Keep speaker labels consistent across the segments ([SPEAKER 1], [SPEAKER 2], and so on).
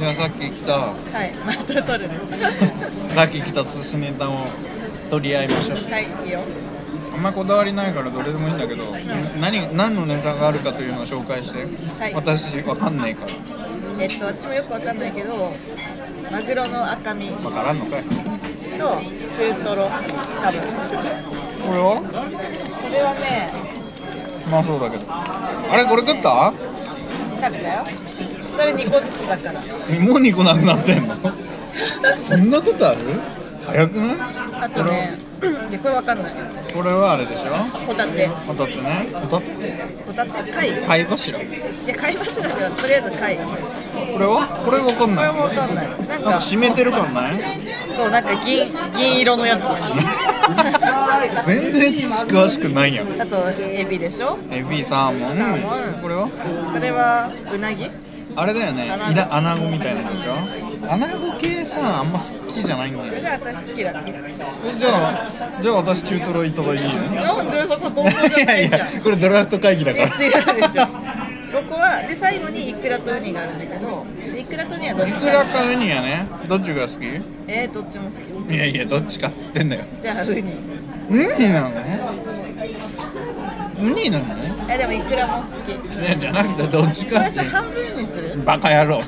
[SPEAKER 1] いやさっき来た
[SPEAKER 2] はい、 また取る。
[SPEAKER 1] さっき来た寿司ネタを取り合いましょう
[SPEAKER 2] はい、いいよ。
[SPEAKER 1] あんまこだわりないからどれでもいいんだけど何何のネタがあるかというのを紹介して、
[SPEAKER 2] はい
[SPEAKER 1] 私わかんないから
[SPEAKER 2] えっと、私もよくわかんないけど、マグロの赤身と
[SPEAKER 1] わからんのかいこ
[SPEAKER 2] 中トロ、多分。
[SPEAKER 1] れは
[SPEAKER 2] それはね、
[SPEAKER 1] まあそうだけどあれこれ食った
[SPEAKER 2] 食べたよ。それ2個ずつだから。
[SPEAKER 1] もう2個なくなって んのそんなことある早くない
[SPEAKER 2] あとね、でこれわかんない。
[SPEAKER 1] これはあれでしょ
[SPEAKER 2] ホタテ。
[SPEAKER 1] ホタテねホタテ
[SPEAKER 2] ホタテ、貝。い
[SPEAKER 1] 貝柱こ
[SPEAKER 2] や、貝柱だけど、とりあえず貝。こ
[SPEAKER 1] れはこれわかんな
[SPEAKER 2] れ
[SPEAKER 1] い
[SPEAKER 2] もわかんない。な
[SPEAKER 1] なんん
[SPEAKER 2] か
[SPEAKER 1] か、湿めてる感ない
[SPEAKER 2] そう、なんか銀、銀色のや つ。あ
[SPEAKER 1] 全然寿司詳しくないやん
[SPEAKER 2] と、エビでしょ
[SPEAKER 1] エビサーモン
[SPEAKER 2] サーモン
[SPEAKER 1] これは
[SPEAKER 2] これは、うなぎ
[SPEAKER 1] あれだよね
[SPEAKER 2] アナゴ
[SPEAKER 1] イラアナゴみたいなのでしょアナゴ系さあんま好きじゃないんだ
[SPEAKER 2] それ
[SPEAKER 1] よ
[SPEAKER 2] が私好きだった。
[SPEAKER 1] えじゃあじゃあ私中トロいただいていいの
[SPEAKER 2] なんでそこ同等じゃ
[SPEAKER 1] い
[SPEAKER 2] な
[SPEAKER 1] や
[SPEAKER 2] い
[SPEAKER 1] い
[SPEAKER 2] じゃん
[SPEAKER 1] や。これドラフト会議だ
[SPEAKER 2] え違
[SPEAKER 1] か
[SPEAKER 2] う
[SPEAKER 1] ら
[SPEAKER 2] でしょ。ここはで最後にイクラとウニがあるんだけど、イクラとウニはどっ
[SPEAKER 1] い
[SPEAKER 2] ち
[SPEAKER 1] くら
[SPEAKER 2] か。
[SPEAKER 1] かウニやねどっちが好き
[SPEAKER 2] えー、どっちも好き。
[SPEAKER 1] いやいやどっちかっつってんだよ
[SPEAKER 2] じゃあウニ。
[SPEAKER 1] ウニなのウニなの
[SPEAKER 2] えでもイクラも好き。こ
[SPEAKER 1] いやじゃなくてどっちか
[SPEAKER 2] れ
[SPEAKER 1] って
[SPEAKER 2] さ半分にする？
[SPEAKER 1] バカ野 郎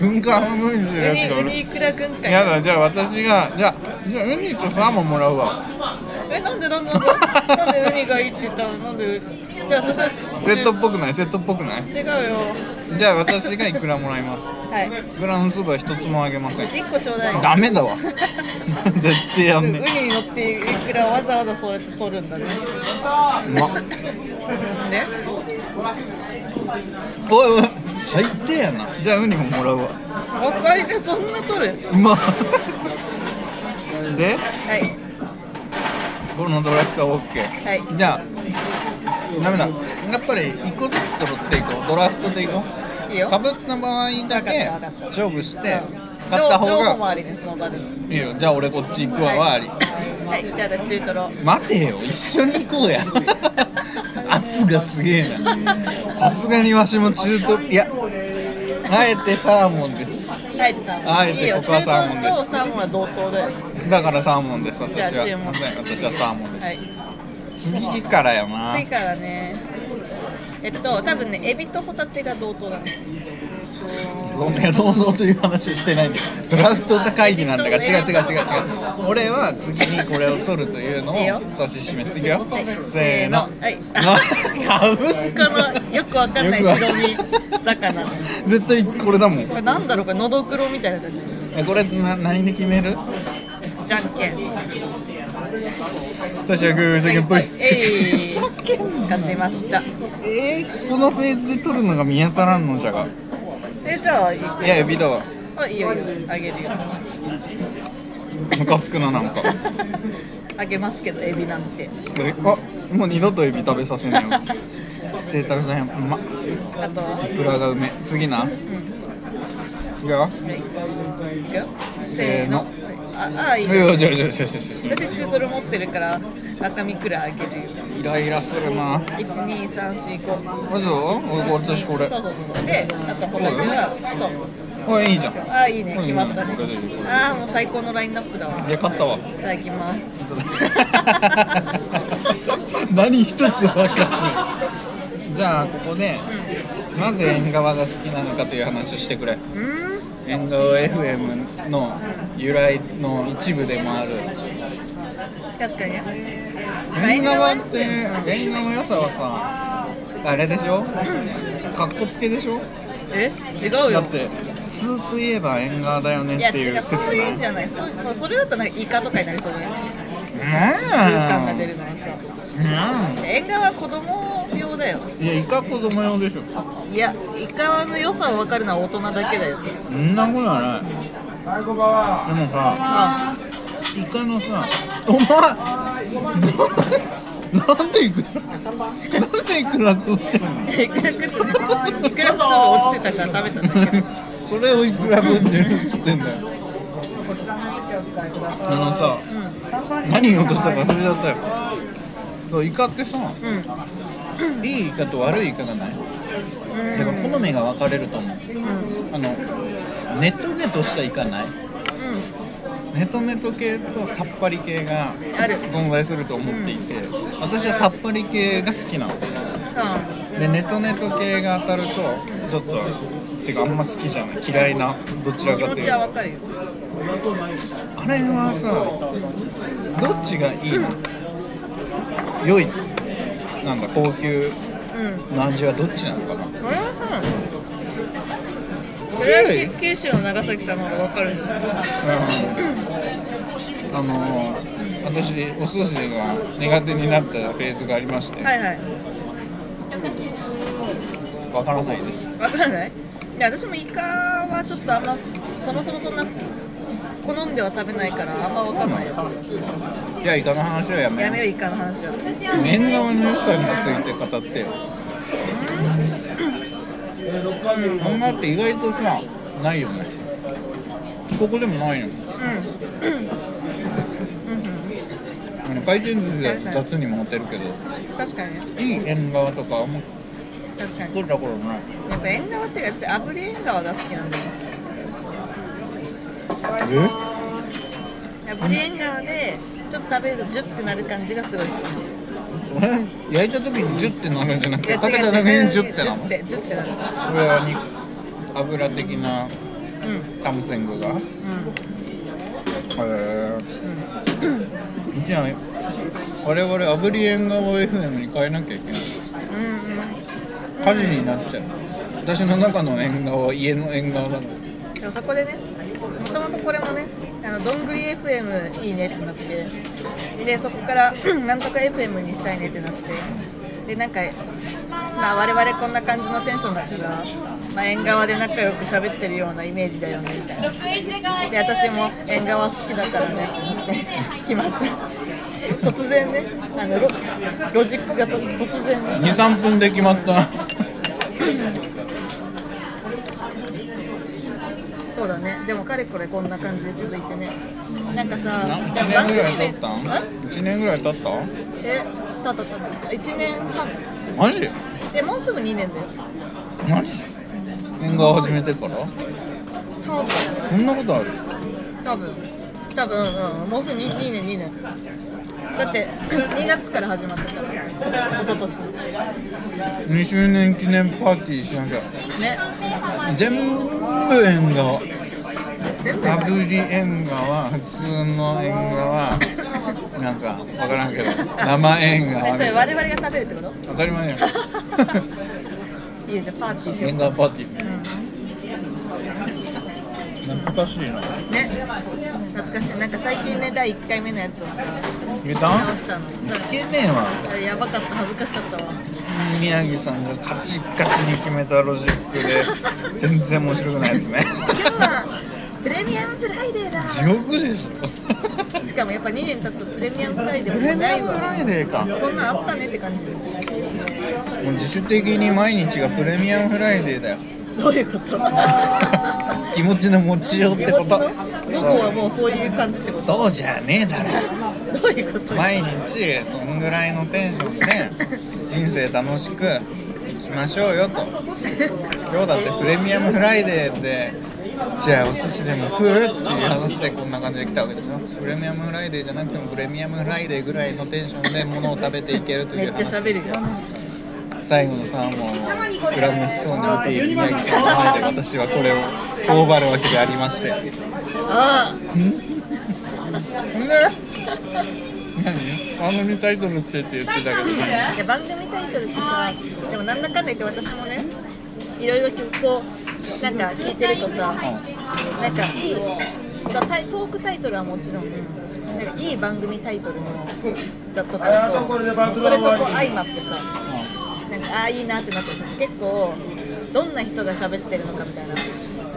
[SPEAKER 1] 軍艦半分にす
[SPEAKER 2] ウ
[SPEAKER 1] るやつ
[SPEAKER 2] ニ
[SPEAKER 1] がお
[SPEAKER 2] ウ
[SPEAKER 1] る
[SPEAKER 2] ニイクラ軍
[SPEAKER 1] や
[SPEAKER 2] 艦。
[SPEAKER 1] だじゃあ私がじゃあじゃあウニとサーモンもらうわ
[SPEAKER 2] えなんでなんでなんでなんでウニがいいって言ったの？なんでウニ？じゃあそしたら
[SPEAKER 1] セットっぽくないセットっぽくない
[SPEAKER 2] 違うよ。
[SPEAKER 1] じゃあ私がいくらもらいます
[SPEAKER 2] はい。
[SPEAKER 1] グランスープは一つもあげません
[SPEAKER 2] 一個ちょうだい。
[SPEAKER 1] ダメだわ 絶対や
[SPEAKER 2] ウニ
[SPEAKER 1] んね
[SPEAKER 2] に乗ってイクラをわざわざそうやって取るんだね。
[SPEAKER 1] えうまっ
[SPEAKER 2] ね？
[SPEAKER 1] おいおい最低やなじゃあウニももらうわ
[SPEAKER 2] お財布そんな取る？
[SPEAKER 1] うまっで
[SPEAKER 2] はい
[SPEAKER 1] このドラフトは OK
[SPEAKER 2] はい。
[SPEAKER 1] じゃあダメだやっぱり一個ずつ取っていこうドラフトでいこ
[SPEAKER 2] いいうよ。
[SPEAKER 1] かぶった場合だけ
[SPEAKER 2] わかったわかった
[SPEAKER 1] 勝負して勝った
[SPEAKER 2] 情
[SPEAKER 1] 方
[SPEAKER 2] 情報も
[SPEAKER 1] が
[SPEAKER 2] ありね、その場で。はい
[SPEAKER 1] いよじゃあ俺こっち行くわはあり、
[SPEAKER 2] はい、じゃあ私中トロ。
[SPEAKER 1] 待てよ一緒に行こ うや圧がすげえなさすがにわしも中途いやあえてサーモンです
[SPEAKER 2] あえてサーモン。
[SPEAKER 1] あえて
[SPEAKER 2] いいよ、
[SPEAKER 1] ここは
[SPEAKER 2] 中
[SPEAKER 1] サーモンです
[SPEAKER 2] トロとサーモンは同等だよ。
[SPEAKER 1] だからサーモンです私は
[SPEAKER 2] じゃあ注文
[SPEAKER 1] 私はサーモンです、
[SPEAKER 2] はい。
[SPEAKER 1] 次からやな
[SPEAKER 2] 次からね。えっと、多分ね、エビとホタテが同等だね。
[SPEAKER 1] ごめん堂々という話してないんだよドラフト会議なんだから違う違う違う違う俺は次にこれを取るというのを
[SPEAKER 2] いいよ
[SPEAKER 1] 指し示すいくよ、
[SPEAKER 2] はい
[SPEAKER 1] せーの
[SPEAKER 2] はい
[SPEAKER 1] なかぶ
[SPEAKER 2] こ
[SPEAKER 1] っ
[SPEAKER 2] のよくわかんない
[SPEAKER 1] よくわ
[SPEAKER 2] 白身 魚。
[SPEAKER 1] 絶対これだもん
[SPEAKER 2] これなんだろう、これのどぐろみたいな感じ。
[SPEAKER 1] えこれな何で決める
[SPEAKER 2] じゃんけん。
[SPEAKER 1] 最初はグーじゃんけんぽい
[SPEAKER 2] えい
[SPEAKER 1] ふざけんな
[SPEAKER 2] 勝ちました。
[SPEAKER 1] えー、このフェーズで撮るのが見当たらんのじゃが
[SPEAKER 2] え、じゃあ、いい
[SPEAKER 1] いやエビだわ
[SPEAKER 2] あ、いいよ、いいよあげるよ。
[SPEAKER 1] ムカつくななんか
[SPEAKER 2] あげますけど、エビなんて。
[SPEAKER 1] えあもう二度とエビ食べさせないよ手食べさせんうまっ
[SPEAKER 2] あとは。
[SPEAKER 1] プラがうめ次な違うわ
[SPEAKER 2] いくよ
[SPEAKER 1] せ
[SPEAKER 2] せ
[SPEAKER 1] ー
[SPEAKER 2] ー
[SPEAKER 1] の
[SPEAKER 2] のああいい
[SPEAKER 1] い
[SPEAKER 2] ね
[SPEAKER 1] やじゃじゃじゃじゃじゃ
[SPEAKER 2] 私中トロ持ってるから赤身くらいあげるよ
[SPEAKER 1] イライラするな
[SPEAKER 2] 12345
[SPEAKER 1] まずは俺私これ
[SPEAKER 2] そうそうそうであとホタテがそう
[SPEAKER 1] あいいじゃん
[SPEAKER 2] ああいいね決まったね
[SPEAKER 1] これでいいこれでいい
[SPEAKER 2] ああもう最高のラインナップだわ
[SPEAKER 1] いや勝ったわ
[SPEAKER 2] いただきます
[SPEAKER 1] 何一つ分かんないじゃあここでなぜ縁側が好きなのかという話をしてくれ
[SPEAKER 2] うん
[SPEAKER 1] 縁側 FM の由来の一部でもある
[SPEAKER 2] 確かにね
[SPEAKER 1] 縁側って縁側の良さはさあれでしょかっこつけでしょ
[SPEAKER 2] え違う
[SPEAKER 1] だ
[SPEAKER 2] よ
[SPEAKER 1] って通といえば縁側だよね
[SPEAKER 2] いや
[SPEAKER 1] ってい
[SPEAKER 2] 違
[SPEAKER 1] う
[SPEAKER 2] う
[SPEAKER 1] 説
[SPEAKER 2] そ
[SPEAKER 1] な
[SPEAKER 2] ういうん
[SPEAKER 1] う
[SPEAKER 2] じゃないそうそうそれだったらなんかイカとかになりそうだよ ね空間が出る
[SPEAKER 1] ん
[SPEAKER 2] のにさ縁側は子供用だよ
[SPEAKER 1] いやイカ子供用でしょ
[SPEAKER 2] いや、イカの良さを分かるのは大人だけだよ。
[SPEAKER 1] そんなことはないでもさ
[SPEAKER 2] あ、
[SPEAKER 1] イカのさ、お前ななんでイクラなんでイクラ食ってんの
[SPEAKER 2] いくら食ってね、いくら粒落ちてたから食べたんだけど。
[SPEAKER 1] それをイクラ食ってるっつってんだよあのさ、何を落としたか忘れちゃったよそうイカってさ、
[SPEAKER 2] うん、
[SPEAKER 1] いいイカと悪いイカがない
[SPEAKER 2] うん、
[SPEAKER 1] だから好みが分かれると思うあのネトネトしていかないネトネト系とさっぱり系が
[SPEAKER 2] ある
[SPEAKER 1] 存在すると思っていて、私はさっぱり系が好きなのでネトネト系が当たるとちょっとてかあんま好きじゃない嫌いなどちら
[SPEAKER 2] 気
[SPEAKER 1] かと
[SPEAKER 2] 持
[SPEAKER 1] いう
[SPEAKER 2] ち
[SPEAKER 1] と
[SPEAKER 2] は
[SPEAKER 1] あ
[SPEAKER 2] わかるよ
[SPEAKER 1] れはさどっちがいいの、良いなんだ高級
[SPEAKER 2] うん
[SPEAKER 1] の味はどっちなのかな
[SPEAKER 2] それはさそれは九州の長崎さんの方がわかるんじゃない
[SPEAKER 1] うんあのー私お寿司が苦手になったフェーズがありまして、
[SPEAKER 2] はいはい
[SPEAKER 1] わからないです
[SPEAKER 2] わからないいや私もイカはちょっとあんまそもそもそんな好き好んでは食べないからあんまわかんないよ
[SPEAKER 1] じゃあイカの話はやめ
[SPEAKER 2] や
[SPEAKER 1] よ
[SPEAKER 2] めようイカの話は
[SPEAKER 1] う縁側の良さについて語ってよ漫画って意外とさないよねここでもないよね
[SPEAKER 2] うんうん
[SPEAKER 1] あの回転寿司だと雑に回ってるけど
[SPEAKER 2] 確かにね
[SPEAKER 1] いい縁側とかあんま
[SPEAKER 2] 確かに
[SPEAKER 1] 取ったことない
[SPEAKER 2] やっぱ縁側っていうか私炙り縁側が好きなんだよ
[SPEAKER 1] え
[SPEAKER 2] 炙り縁側でちょっと食べるとジュッてなる感じがすごい好き
[SPEAKER 1] それ焼いた時にジュッてなるんじゃなく
[SPEAKER 2] い
[SPEAKER 1] て
[SPEAKER 2] や
[SPEAKER 1] 食べ
[SPEAKER 2] 違う
[SPEAKER 1] た時
[SPEAKER 2] 違う
[SPEAKER 1] にジュッてなるの
[SPEAKER 2] ジュッてジュッてなる
[SPEAKER 1] これは肉油的な
[SPEAKER 2] うん
[SPEAKER 1] タムセングがへえじゃあ我々炙り縁側 FM に変えなきゃいけない
[SPEAKER 2] うんうんうん
[SPEAKER 1] 火事になっちゃう私の中の縁側は家の縁側だから
[SPEAKER 2] でもそこでねもともとこれもね「あのどんぐり FM いいね」ってなってでそこから 「なんとか FM にしたいね」ってなってでなんか、まあ、我々こんな感じのテンションだから、まあ、縁側で仲良く喋ってるようなイメージだよねみたいなで私も縁側好きだからねって言って決まった突然ねあのロロジックがと突然ね
[SPEAKER 1] 23分で決まった
[SPEAKER 2] そうだねでもかれこれこんな感じで続いてねなんかさ
[SPEAKER 1] 何
[SPEAKER 2] でも
[SPEAKER 1] 年ぐらい経
[SPEAKER 2] で
[SPEAKER 1] ったん
[SPEAKER 2] あ
[SPEAKER 1] ?1 年ぐらい経った
[SPEAKER 2] えたったたった1年半
[SPEAKER 1] マジ
[SPEAKER 2] えもうすぐ2年だよ
[SPEAKER 1] マジ縁側始めてから
[SPEAKER 2] 多分
[SPEAKER 1] そんなことある
[SPEAKER 2] 多分多分、うん、もうすぐ 2, 2年2年だって2月から始まってたから一昨年の
[SPEAKER 1] 2周年記念パーティーしなきゃ
[SPEAKER 2] ね
[SPEAKER 1] 全部縁側
[SPEAKER 2] 全部
[SPEAKER 1] 炙り縁側普通の縁側なんか分からんけど生縁
[SPEAKER 2] え
[SPEAKER 1] 側み
[SPEAKER 2] そ
[SPEAKER 1] たい
[SPEAKER 2] れ
[SPEAKER 1] な
[SPEAKER 2] 我々が食べるってこ
[SPEAKER 1] 当たり 前やん
[SPEAKER 2] といいじゃんパーティーしよ
[SPEAKER 1] 縁側パーティ
[SPEAKER 2] う、
[SPEAKER 1] ー懐かしいな
[SPEAKER 2] うん、ね懐かしいなんか最近ね第1回目のやつをさ
[SPEAKER 1] 湯
[SPEAKER 2] 直
[SPEAKER 1] たんい
[SPEAKER 2] したの
[SPEAKER 1] けねえわ
[SPEAKER 2] うんやばかった恥ずかしかったわ
[SPEAKER 1] 宮城さんがカチッカチに決めたロジックで全然面白くないです ね
[SPEAKER 2] 今日はプレミアムフライデーだ
[SPEAKER 1] 地獄でしょ
[SPEAKER 2] しかもやっぱ2年経つとプレミアムフライデー
[SPEAKER 1] プ
[SPEAKER 2] も
[SPEAKER 1] レ
[SPEAKER 2] う
[SPEAKER 1] ミ
[SPEAKER 2] な
[SPEAKER 1] ア
[SPEAKER 2] い
[SPEAKER 1] ム
[SPEAKER 2] わ
[SPEAKER 1] フライデーか
[SPEAKER 2] そんなんあったねって感じ
[SPEAKER 1] もう自主的に毎日がプレミアムフライデーだよ
[SPEAKER 2] どういうこと
[SPEAKER 1] 気持ちの持ちようってこと
[SPEAKER 2] の午後はもうそういう感じってこ
[SPEAKER 1] そうじゃねえだろ
[SPEAKER 2] とどういうこと
[SPEAKER 1] 毎日そんぐらいのテンションで人生楽しくいきましょうよと今日だってプレミアムフライデーでじゃあお寿司でも食うっていう話でこんな感じで来たわけでしょプレミアムフライデーじゃなくてもプレミアムフライデーぐらいのテンションで物を食べていけると
[SPEAKER 2] め
[SPEAKER 1] い
[SPEAKER 2] っ
[SPEAKER 1] う
[SPEAKER 2] ちゃ
[SPEAKER 1] 話
[SPEAKER 2] 喋るよ
[SPEAKER 1] 最後のサーモンを膨らましそうに見ている宮城さんの前で私はこれを頬張るわけでありましてん
[SPEAKER 2] あ
[SPEAKER 1] で何番組タイトルってって言ってたけど
[SPEAKER 2] あいや番組タイトルってさでもなんだかんだ言って私もねいろいろ曲をなんか聞いてるとさなんかいいだタイトークタイトルはもちろん、なんかいい番組タイトルのだとかだとそれとこう相まってさなんかああいいなってなってさ結構どんな人が喋ってるのかみたいな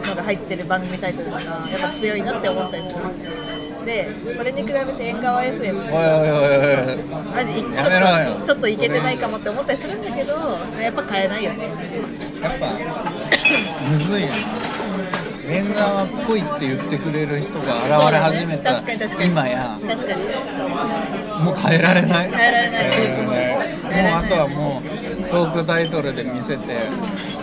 [SPEAKER 2] のが入ってる番組タイトルとかやっぱ強いなって思ったりするんですよでそれに比べて縁側 FM って
[SPEAKER 1] おいおい
[SPEAKER 2] さ
[SPEAKER 1] おいおいおい
[SPEAKER 2] マジちょ
[SPEAKER 1] やめろ
[SPEAKER 2] っ
[SPEAKER 1] よ
[SPEAKER 2] とちょっといけてないかもって思ったりするんだけどやっぱ変えないよね
[SPEAKER 1] やっぱむずいよな縁ン側っぽいって言ってくれる人が現れ始めた
[SPEAKER 2] そうだね確かに確かに
[SPEAKER 1] 今や
[SPEAKER 2] 確かに
[SPEAKER 1] もう変えられない
[SPEAKER 2] 変えられない
[SPEAKER 1] 変えられないもうあとはもうトークタイトルで見せて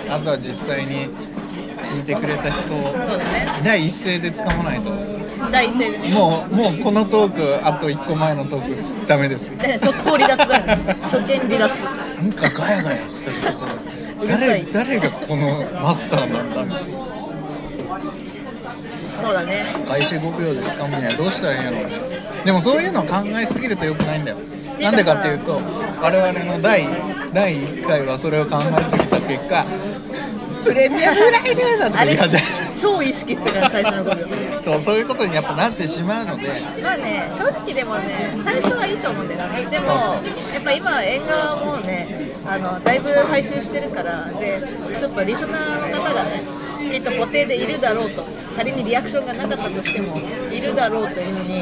[SPEAKER 1] あとは実際に聞いてくれた人を
[SPEAKER 2] そうだね
[SPEAKER 1] 第一声でつかまないと
[SPEAKER 2] 第一声でね
[SPEAKER 1] もうもうこのトークあと1個前のトークダメです
[SPEAKER 2] だから速攻離脱だよ初見離脱
[SPEAKER 1] なんかガヤガヤしてるところ
[SPEAKER 2] うるさ
[SPEAKER 1] 誰
[SPEAKER 2] い
[SPEAKER 1] 誰がこのマスターなんだろう
[SPEAKER 2] そうだ ね
[SPEAKER 1] 開始5秒で掴むにはどうしたらいいんやろうでもそういうの考えすぎると良くないんだよなんでかっていうと我々の第第1回はそれを考えすぎた結果プレミアムフライデーだと
[SPEAKER 2] あ
[SPEAKER 1] か言
[SPEAKER 2] れ
[SPEAKER 1] い始め
[SPEAKER 2] 超意識するから最初の5秒
[SPEAKER 1] そうそういうことにやっぱなってしまうので
[SPEAKER 2] まあね、正直でもね、最初はいいと思うんだよね。でも、やっぱ今、映画はもうね、あの、だいぶ配信してるから、で、ちょっとリスナーの方がね、きっと固定でいるだろうと、仮にリアクションがなかったとしても、いるだろうというのに、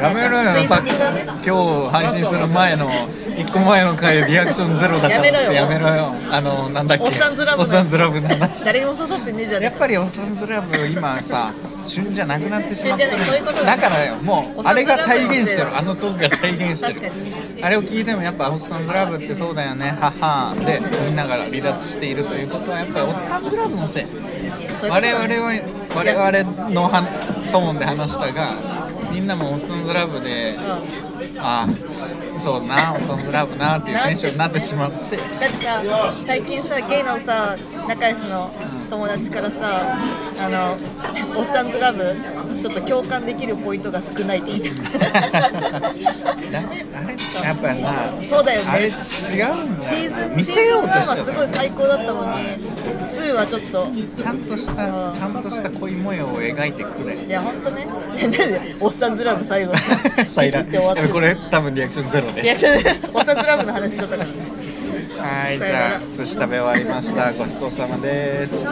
[SPEAKER 1] やめろよ
[SPEAKER 2] 推
[SPEAKER 1] さっき
[SPEAKER 2] 察がね
[SPEAKER 1] 今日配信する前の1個前の回リアクションゼロだからって
[SPEAKER 2] やめろよ
[SPEAKER 1] やめろよあのなんだっけ
[SPEAKER 2] おっさんずラブ
[SPEAKER 1] おっさんずラブの話
[SPEAKER 2] 誰にも刺さってねえじゃ
[SPEAKER 1] や
[SPEAKER 2] ね
[SPEAKER 1] っぱりおっさんずラブ今さ旬じゃなくなってしまった
[SPEAKER 2] 旬じゃないそういうことだ
[SPEAKER 1] だ
[SPEAKER 2] ね
[SPEAKER 1] からよも
[SPEAKER 2] お
[SPEAKER 1] う
[SPEAKER 2] っさ
[SPEAKER 1] あ
[SPEAKER 2] んず
[SPEAKER 1] れ
[SPEAKER 2] ラブ
[SPEAKER 1] が体現してるあのトークが体現してる
[SPEAKER 2] 確
[SPEAKER 1] あれを聞いてもやっぱ「おっさんずラブ」ってそうだよねはっはーでみんなが離脱しているということはやっぱりおっさんずラブのせい
[SPEAKER 2] そういうこと
[SPEAKER 1] 我々は我々のはトーンで話したがみんなも「おっさんずラブ」で
[SPEAKER 2] うん
[SPEAKER 1] ああそうなおっさんずラブなっていうテンションになってしま って
[SPEAKER 2] だってさ、最近さ、ゲイのさ、仲良しの友達からさ、あの、おっさんずラブ、ちょっと共感できるポイントが少ないって言ってた。
[SPEAKER 1] ダメあれやっぱな
[SPEAKER 2] そうだよ
[SPEAKER 1] あれ違
[SPEAKER 2] ね。
[SPEAKER 1] うん
[SPEAKER 2] シ
[SPEAKER 1] だよ
[SPEAKER 2] ーズ ン
[SPEAKER 1] 見せようと
[SPEAKER 2] シーズン1は
[SPEAKER 1] し
[SPEAKER 2] す
[SPEAKER 1] て
[SPEAKER 2] ご
[SPEAKER 1] た
[SPEAKER 2] い最高だったのに、2はちょっと。
[SPEAKER 1] ちゃんとしたちゃんとした恋模様を描いてくれ
[SPEAKER 2] いや、ほんとね。 なんでおっさんずラブ最後。ミス
[SPEAKER 1] 最
[SPEAKER 2] って
[SPEAKER 1] 乱
[SPEAKER 2] 終わって。
[SPEAKER 1] これ多分リアクションゼロ
[SPEAKER 2] い
[SPEAKER 1] で
[SPEAKER 2] や、
[SPEAKER 1] す
[SPEAKER 2] ちょっと、おっさんずラブの話しちゃったから。
[SPEAKER 1] はいじゃあ寿司食べ終わりましたごちそうさまです